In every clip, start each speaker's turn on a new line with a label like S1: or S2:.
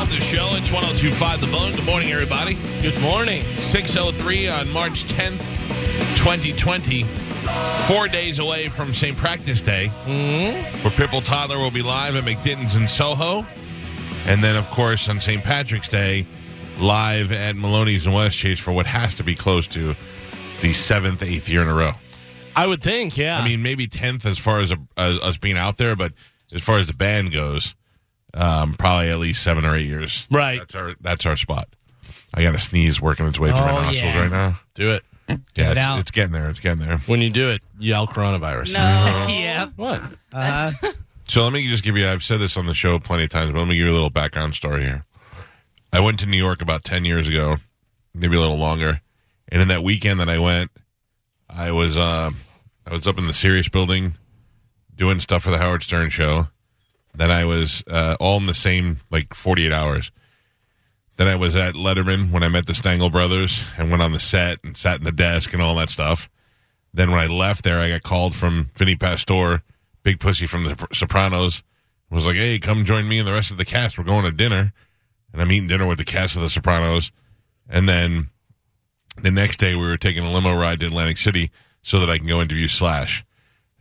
S1: Orleans, 1025 The Bone. Good morning, everybody.
S2: Good morning.
S1: 603 on March 10th, 2020. Four days away from St. Practice Day, where Pipple Toddler will be live at McDitton's in Soho. And then, of course, on St. Patrick's Day, live at Maloney's in Westchase for what has to be close to the seventh, eighth year in a row.
S2: I would think, yeah.
S1: I mean, maybe tenth as far as, a, as us being out there, but as far as the band goes, um, probably at least seven or eight years.
S2: Right.
S1: That's our that's our spot. I got a sneeze working its way through my
S3: Oh,
S1: nostrils
S3: yeah.
S1: right now.
S2: do it.
S1: Yeah,
S3: it
S1: it's,
S3: out.
S1: it's getting there. It's getting there.
S2: When you do it, yell coronavirus.
S3: Yeah.
S2: What?
S3: Uh,
S1: So let me just give you. I've said this on the show plenty of times, but let me give you a little background story here. I went to New York about ten years ago, maybe a little longer, and in that weekend that I went, I was uh, I was up in the Sirius Building doing stuff for the Howard Stern Show. Then I was uh, all in the same like forty eight hours. Then I was at Letterman when I met the Stengel brothers and went on the set and sat in the desk and all that stuff. Then when I left there, I got called from Vinnie Pastor, Big Pussy from the Sopranos, was like, "Hey, come join me and the rest of the cast. We're going to dinner." And I'm eating dinner with the cast of the Sopranos. And then the next day, we were taking a limo ride to Atlantic City so that I can go interview Slash.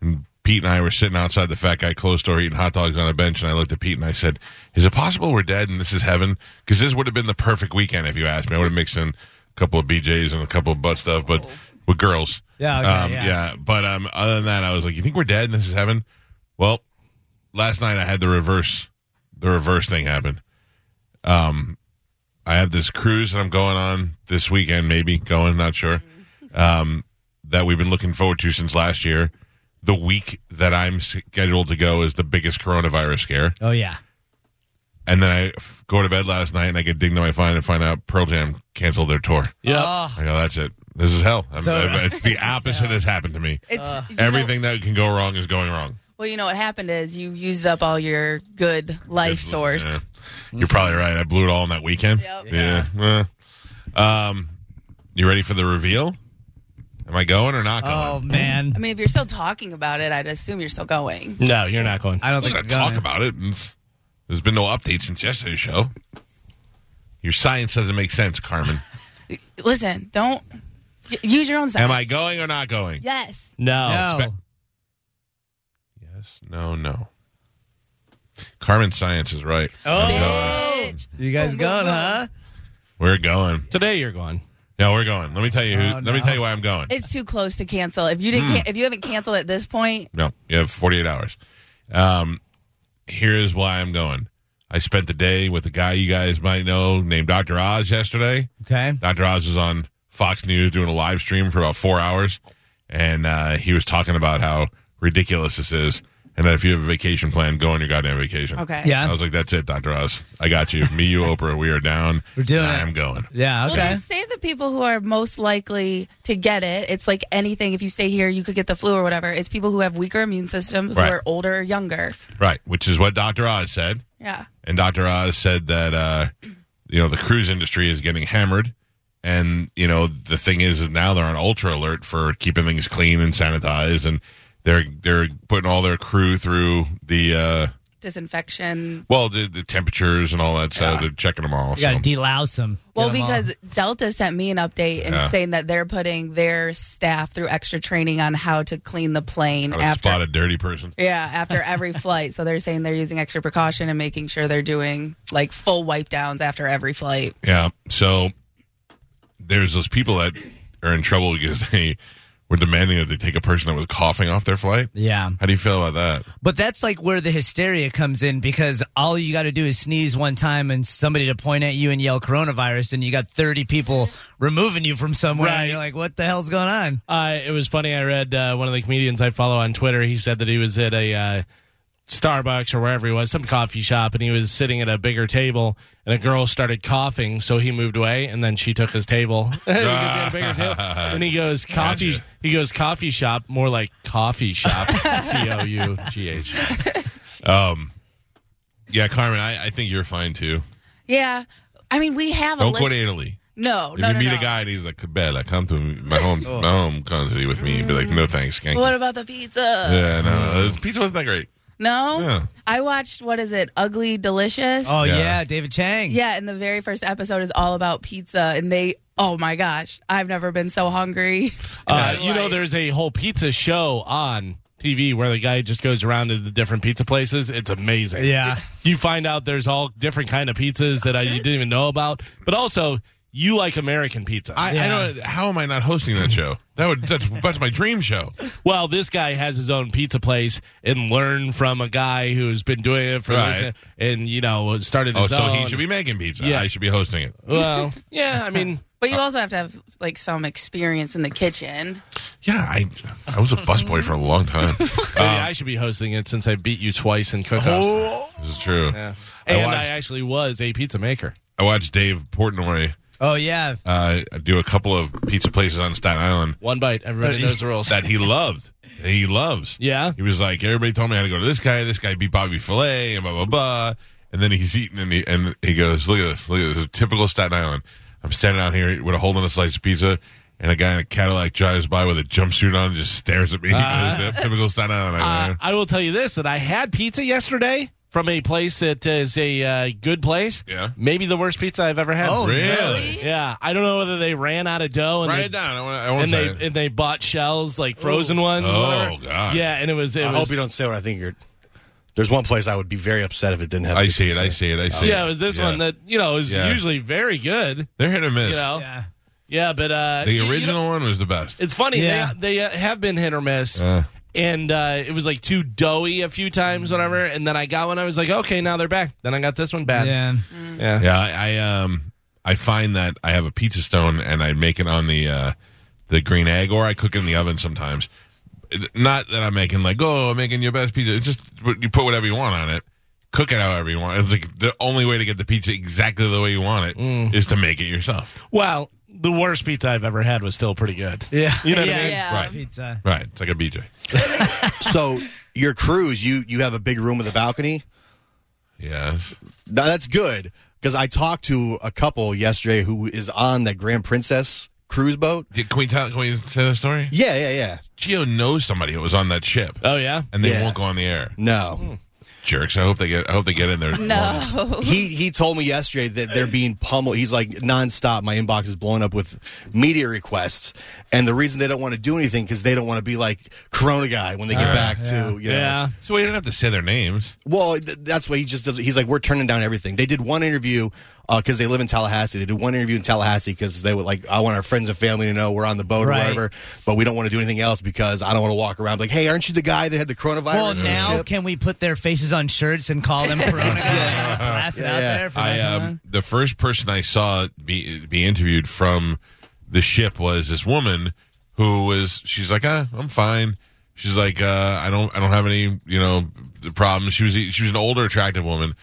S1: And Pete and I were sitting outside the Fat Guy clothes store eating hot dogs on a bench, and I looked at Pete and I said, "Is it possible we're dead and this is heaven? Because this would have been the perfect weekend if you asked me. I would have mixed in a couple of BJ's and a couple of butt stuff, but with girls.
S3: Yeah, okay,
S1: um,
S3: yeah.
S1: But um, other than that, I was like, "You think we're dead and this is heaven? Well, last night I had the reverse, the reverse thing happen. Um, I have this cruise that I'm going on this weekend, maybe going, not sure. Um, that we've been looking forward to since last year. The week that I'm scheduled to go is the biggest coronavirus scare.
S3: oh yeah.
S1: And then I f- go to bed last night and I get dinged on my phone and find out Pearl Jam canceled their tour.
S2: Yep.
S1: I go, that's it. This is hell. I'm,
S3: So-
S1: I'm- it's the opposite has happened to me.
S4: It's you know-
S1: Everything that can go wrong is going wrong.
S4: well, you know what happened is you used up all your good life
S1: It's-
S4: source.
S1: yeah. You're probably right. I blew it all in that weekend.
S4: Yep.
S1: Yeah. eh. Um, you ready for the reveal? Am I going or not going?
S3: Oh man.
S4: I mean, if you're still talking about it, I'd assume you're still going.
S2: No, you're not going.
S3: I
S1: I'm
S3: don't think
S1: not
S3: I'm
S1: going to talk
S3: gonna.
S1: about it. It's- There's been no updates since yesterday's show. Your science doesn't make sense, Carmen.
S4: Listen, don't y- use your own side.
S1: Am I going or not going?
S4: Yes.
S2: No.
S3: No.
S1: Yes. No. No. Carmen's science is right.
S3: Oh.
S4: Bitch.
S3: You guys
S4: Boom, boom,
S3: going,
S4: boom.
S3: huh?
S1: We're going.
S2: Today you're going.
S1: No, we're going. Let me tell you. Who,
S3: Oh,
S1: Let
S3: no.
S1: me tell you why I'm going.
S4: It's too close to cancel. If you
S1: Hmm.
S4: didn't, can- if you haven't canceled at this point,
S1: No, you have 48 hours. Um, here's why I'm going. I spent the day with a guy you guys might know named Dr. Oz yesterday.
S3: Okay.
S1: Dr. Oz was on Fox News doing a live stream for about four hours, and uh, he was talking about how ridiculous this is, and that if you have a vacation plan, go on your goddamn vacation.
S4: okay.
S1: I
S3: Yeah.
S1: was like, "That's it, Dr. Oz. I got you. Me, you, Oprah. We are down.
S3: We're doing
S1: and
S3: it.
S1: I am going.
S3: Yeah.
S4: Well,
S3: Okay.
S4: just say the people who are most likely to get it. It's like anything. If you stay here, you could get the flu or whatever. It's people who have weaker immune system, who
S1: Right.
S4: are older or younger.
S1: Right, which is what Dr. Oz said.
S4: Yeah.
S1: and Dr. Oz said that uh, you know the cruise industry is getting hammered, and you know the thing is that now they're on ultra alert for keeping things clean and sanitized, and they're they're putting all their crew through the uh,
S4: Disinfection.
S1: well the, the temperatures and all that, so they're checking them all.
S3: you gotta
S1: so.
S3: delouse them.
S4: Well, because Delta sent me an update and
S1: Yeah.
S4: saying that they're putting their staff through extra training on how to clean the plane
S1: How to
S4: after.
S1: spot a dirty person.
S4: Yeah, after every flight. So they're saying they're using extra precaution and making sure they're doing like full wipe downs after every flight.
S1: Yeah. So there's those people that are in trouble because they were demanding that they take a person that was coughing off their flight.
S3: yeah.
S1: How do you feel about that?
S3: But that's like where the hysteria comes in because all you got to do is sneeze one time and somebody to point at you and yell coronavirus, and you got 30 people removing you from somewhere.
S2: Right.
S3: And you're like, what the hell's going on?
S2: Uh, it was funny. I read uh, one of the comedians I follow on Twitter. He said that he was at a uh, Starbucks or wherever he was, some coffee shop, and he was sitting at a bigger table, and a girl started coughing, so he moved away, and then she took his table. Because he had a bigger table. And he goes coffee.
S1: Gotcha.
S2: He goes coffee shop, more like coffee shop. C O U G H.
S1: Yeah, Carmen, I, I think you're fine too.
S4: Yeah. I mean, we have a
S1: Don't
S4: list.
S1: go to Italy.
S4: no,
S1: If
S4: no,
S1: you
S4: no,
S1: meet
S4: no.
S1: a guy and he's like, Cabela, come to my home,
S2: Oh.
S1: my home country with me, and be like, no thanks, gang.
S4: What about the pizza?
S1: Yeah, no, this pizza wasn't that great.
S4: No?
S1: Yeah.
S4: I watched, what is it, Ugly Delicious?
S3: Oh
S1: Yeah.
S3: yeah, David Chang.
S4: Yeah, and the very first episode is all about pizza, and they, oh my gosh, I've never been so hungry.
S2: Uh,
S4: Yeah.
S2: you know, there's a whole pizza show on TV where the guy just goes around to the different pizza places. It's amazing.
S3: Yeah.
S2: You find out there's all different kind of pizzas that I you didn't even know about, but also you like American pizza.
S1: I, I don't. How am I not hosting that show? That would that's, that's my dream show.
S2: well, this guy has his own pizza place and learned from a guy who's been doing it for uh,
S1: Right.
S2: and you know started
S1: Oh,
S2: his
S1: so
S2: own.
S1: he should be making pizza.
S2: Yeah.
S1: I should be hosting it.
S2: well, yeah, I mean,
S4: But you also have to have, like, some experience in the kitchen.
S1: Yeah, I I was a busboy for a long time.
S2: maybe I should be hosting it since I beat you twice in cookhouse.
S1: Um, Oh, this is true.
S2: Yeah.
S1: I
S2: And
S1: watched-
S2: I actually was a pizza maker.
S1: I watched Dave Portnoy
S3: Oh yeah.
S1: uh, do a couple of pizza places on Staten Island
S2: One bite,
S1: Uh,
S2: everybody knows the rules.
S1: that he loved. that He loves.
S2: Yeah.
S1: He was like, everybody told me how to go to this guy. This guy beat Bobby Filet and blah blah blah. And then he's eating and he and he goes, look at this, look at this, typical Staten Island. I'm standing out here with a hole in a slice of pizza, and a guy in a Cadillac drives by with a jumpsuit on and just stares at me.
S2: Ah.
S1: typical Staten Island.
S2: Uh, I will tell you this: that I had pizza yesterday from a place that is a uh, good place.
S1: Yeah.
S2: maybe the worst pizza I've ever had.
S3: Oh,
S1: really?
S4: really?
S2: Yeah, I don't know whether they ran out of dough and
S1: Write
S2: they,
S1: it down. I want. I want
S2: and
S1: to.
S2: they and they bought shells like frozen ones. or
S1: Oh,
S2: whatever.
S1: gosh.
S2: Yeah, and it was. It
S5: I
S2: was
S5: hope you don't say what I think you're. There's one place I would be very upset if it didn't have.
S1: I
S5: good
S1: see it.
S5: pizza.
S1: I see it. I see it.
S2: yeah, it was this
S1: Yeah.
S2: one that you know is
S1: Yeah.
S2: usually very good.
S1: They're hit or miss.
S2: You know, yeah,
S3: Yeah.
S2: but uh,
S1: The
S2: you- you
S1: original
S2: know,
S1: one was the best.
S2: it's funny.
S3: Yeah.
S2: They, they uh, have been hit or miss.
S1: Uh,
S2: and uh, it was like too doughy a few times, whatever. And then I got one. I was like, okay, now they're back. Then I got this one bad.
S3: Yeah.
S2: yeah.
S1: yeah, I, I um I find that I have a pizza stone and I make it on the uh the green egg or I cook it in the oven sometimes. It- Not that I'm making like oh I'm making your best pizza. It's just what- you put whatever you want on it. Cook it however you want. It's like the only way to get the pizza exactly the way you want it is to make it yourself.
S2: Well, the worst pizza I've ever had was still pretty good.
S3: Yeah.
S2: You know what I
S3: yeah.
S2: mean?
S4: Yeah.
S1: Right.
S3: Pizza.
S1: Right. It's like a BJ.
S5: So your cruise, you you have a big room with a balcony.
S1: Yeah.
S5: Now that's good because I talked to a couple yesterday who is on that Grand Princess cruise boat.
S1: Can we tell? Can we say the story?
S5: Yeah, yeah, yeah.
S1: Geo knows somebody who was on that ship,
S2: Oh, yeah?
S1: and they
S5: Yeah.
S1: won't go on the air.
S5: No,
S1: Jerks. I hope they get. I hope they get in there.
S4: No.
S5: he he told me yesterday that they're being pummeled. He's like nonstop. My inbox is blowing up with media requests, and the reason they don't want to do anything because they don't want to be like Corona guy when they
S1: Ah,
S5: get back to you know.
S2: Yeah.
S1: So we didn't have to say their names.
S5: Well, th- that's why he just does, he's like we're turning down everything. They did one interview because they live in Tallahassee. They did one interview in Tallahassee because they were like, I want our friends and family to know we're on the boat
S3: Right.
S5: or whatever, but we don't want to do anything else because I don't want to walk around like, hey, aren't you the guy that had the coronavirus?
S3: Well,
S5: on the
S3: now
S5: ship?"
S3: can we put their faces on shirts and call them Corona? yeah. Blast it
S5: Yeah,
S3: out
S5: yeah.
S3: there. For
S1: I
S3: that.
S1: um, the first person I saw be be interviewed from the ship was this woman who was she's like ah, I'm fine. She's like uh, I don't I don't have any you know the problems. She was she was an older attractive woman,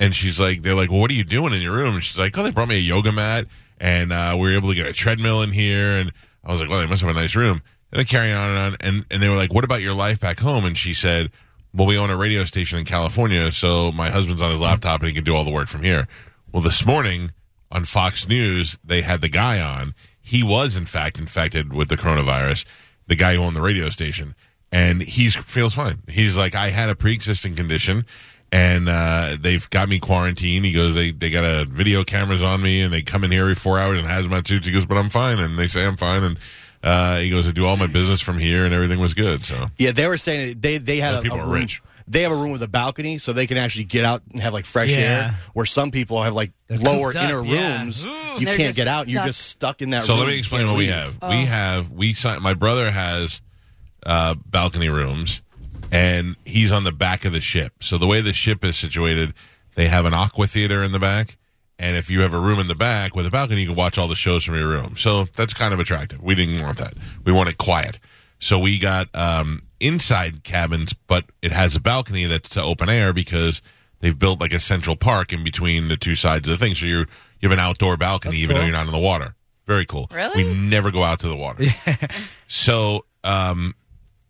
S1: and she's like they're like well, what are you doing in your room? And she's like oh they brought me a yoga mat and uh, we were able to get a treadmill in here and I was like well they must have a nice room. And I carry on and on and and they were like what about your life back home? And she said well, we own a radio station in California, so my husband's on his laptop and he can do all the work from here. Well, this morning on Fox News, they had the guy on. He was, in fact, infected with the coronavirus, the guy who owned the radio station, and he feels fine. He's like, I had a pre existing condition. And uh, they've got me quarantined. He goes, they they got a video cameras on me, and they come in here every four hours and hazmat suits. He goes, but I'm fine, and they say I'm fine, and uh, he goes, I do all my business from here, and everything was good. So
S5: Yeah, they were saying it- they they had
S1: Those
S5: a,
S1: people
S5: a
S1: are
S5: room-
S1: rich.
S5: They have a room with a balcony, so they can actually get out and have like fresh
S3: Yeah.
S5: air. Where some people have like lower
S3: cooped up,
S5: inner
S3: yeah.
S5: rooms, you
S4: They're
S5: can't
S4: just
S5: get out. You're
S4: stuck.
S5: just stuck in that.
S1: So
S5: room.
S1: let me
S5: You
S1: explain
S5: can't
S1: what we
S5: leave.
S1: have. We have we si- my brother has uh, balcony rooms, and he's on the back of the ship. So the way the ship is situated, they have an aqua theater in the back, and if you have a room in the back with a balcony, you can watch all the shows from your room. So that's kind of attractive. We didn't want that. We wanted quiet. So we got um, inside cabins, but it has a balcony that's to open air because they've built like a central park in between the two sides of the thing. So you you have an outdoor balcony, even though you're not in the water. Very cool.
S4: Really?
S1: We never go out to the water. so um,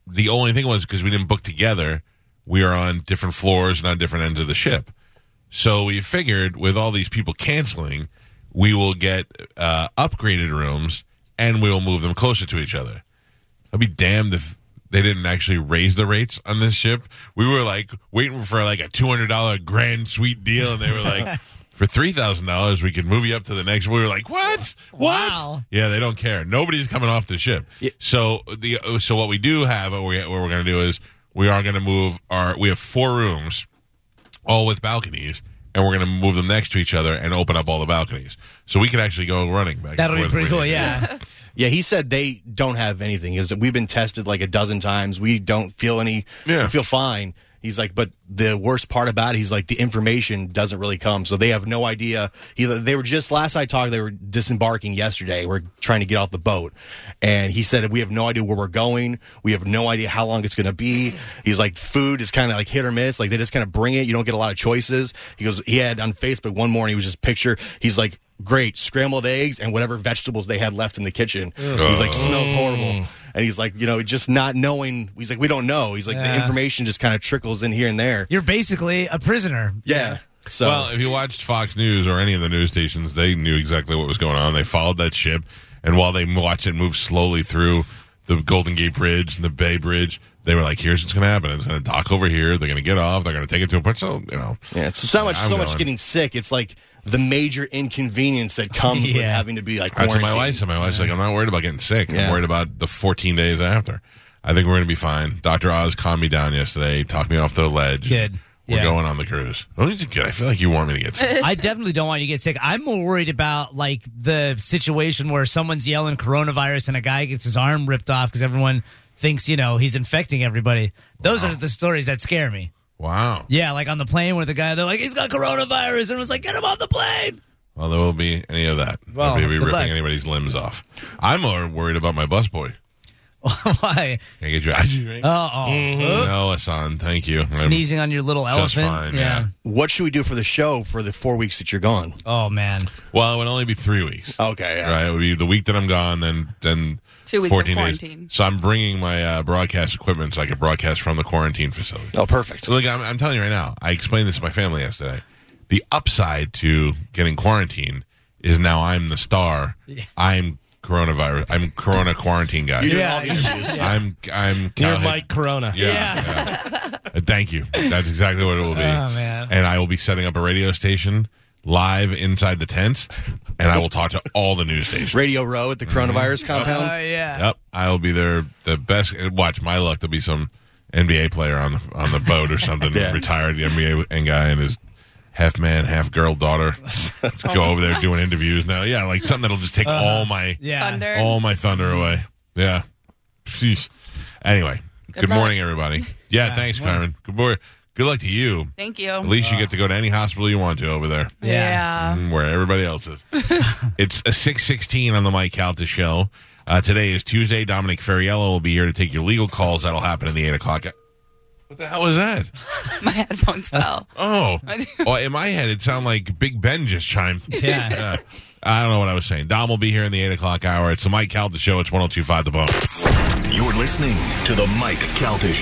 S1: the only thing was because we didn't book together, we are on different floors and on different ends of the ship. So we figured with all these people canceling, we will get uh, upgraded rooms and we will move them closer to each other. I'll be damned if they didn't actually raise the rates on this ship. We were like waiting for like a two hundred dollar grand sweet deal, and they were like, for three thousand dollars we can move you up to the next. We were like, what? What?
S3: Wow.
S1: Yeah, they don't care. Nobody's coming off the ship. So the so what we do have, what, we, what we're going to do is we are going to move our. We have four rooms all with balconies, and we're going to move them next to each other and open up all the balconies, so we can actually go running back. and
S3: That'll be
S1: forth
S3: pretty cool.
S1: really-
S3: Yeah.
S5: Yeah, he said they don't have anything. Is that we've been tested like a dozen times. We don't feel any.
S1: Yeah.
S5: We feel fine. He's like, but the worst part about it, he's like, the information doesn't really come, so they have no idea. He, they were just last I talked, they were disembarking yesterday. We're trying to get off the boat, and he said we have no idea where we're going. We have no idea how long it's going to be. He's like, food is kind of like hit or miss. Like they just kind of bring it. You don't get a lot of choices. He goes, he had on Facebook one morning. He was just picture. He's like, great scrambled eggs and whatever vegetables they had left in the kitchen. He's
S1: Oh.
S5: like, smells
S1: Mm.
S5: horrible. And he's like, you know, just not knowing. He's like, we don't know. He's like, the
S3: Yeah.
S5: information just kind of trickles in here and there.
S3: You're basically a prisoner.
S5: Yeah. So,
S1: Well, if you watched Fox News or any of the news stations, they knew exactly what was going on. They followed that ship, and while they watched it move slowly through the Golden Gate Bridge and the Bay Bridge, they were like, "Here's what's going to happen. It's going to dock over here. They're going to get off. They're going to take it to a point." So you know,
S5: yeah, it's, it's not much,
S1: I'm
S5: so much
S1: going.
S5: getting sick. It's like the major inconvenience that comes with
S3: Yeah.
S5: having to be like
S1: That's what
S5: quarantined.
S1: my wife said. My wife's like, I'm not worried about getting sick. I'm
S5: Yeah.
S1: worried about the 14 days after. I think we're going to be fine. Dr. Oz calmed me down yesterday, talked me off the ledge.
S3: Good.
S1: We're
S3: Yeah.
S1: going on the cruise. Don't need to get, I feel like you want me to get sick.
S3: I definitely don't want you to get sick. I'm more worried about like the situation where someone's yelling coronavirus and a guy gets his arm ripped off because everyone thinks you know he's infecting everybody. Those are the stories that scare me.
S1: wow.
S3: Yeah, like on the plane where the guy they're like he's got coronavirus and it was like get him off the plane.
S1: Well, there will be any of that.
S3: Well,
S1: Nobody will be
S3: good
S1: ripping
S3: luck.
S1: anybody's limbs off. I'm more worried about my busboy.
S3: Why?
S1: Can I get you out of here?
S3: Uh oh.
S1: No, Hassan. Thank you. I'm
S3: Uh, Sneezing on your little
S1: Mm-hmm. just
S3: elephant.
S1: fine. Yeah.
S5: What should we do for the show for the four weeks that you're gone?
S3: Oh man.
S1: Well, it would only be three weeks.
S5: Okay. yeah.
S1: Right, it would be the week that I'm gone, then then
S4: Two weeks of
S1: 14 days.
S4: quarantine.
S1: So I'm bringing my uh, broadcast equipment so I can broadcast from the quarantine facility.
S5: Oh, perfect.
S1: So look, I'm, I'm telling you right now. I explained this to my family yesterday. The upside to getting quarantined is now I'm the star. I'm coronavirus. I'm corona quarantine guy.
S5: You're doing
S3: Yeah.
S5: all the interviews.
S1: I'm I'm
S2: You're
S1: Cal-
S2: Mike Corona.
S1: Yeah. yeah. Uh, Thank you. That's exactly what it will be.
S3: Oh, man.
S1: And I will be setting up a radio station live inside the tent, and I will talk to all the news stations.
S5: Radio Row at the
S1: Mm-hmm.
S5: coronavirus compound.
S3: Uh, yeah.
S1: Yep, I will be there. The best. Uh, Watch my luck. There'll be some NBA player on the on the boat or something.
S5: Yeah.
S1: Retired NBA and guy and his half man, half girl daughter. go over there doing interviews now. Yeah, like something that'll just take all my
S3: Yeah.
S4: Thunder.
S1: all my thunder away. Yeah. Jeez. Anyway, good,
S4: luck.
S1: morning, everybody. Yeah, thanks, Carmen. Good morning. Good luck to you.
S4: Thank
S1: At
S4: you.
S1: least you get to go to any hospital you want to over there
S4: Yeah.
S1: mm, where everybody else is. it's a six sixteen on the Mike Calta show. Uh, today is Tuesday. Dominic Ferriello will be here to take your legal calls. That'll happen in the eight o'clock. What the hell was that?
S4: My headphones fell.
S1: Oh, oh in my head, it sounded like Big Ben just chimed. Uh,
S3: Yeah.
S1: I don't know what I was saying. Dom will be here in the eight o'clock oh hour. It's the Mike Calta show. It's one zero two five the bone.
S6: You're listening to the Mike Calta Show.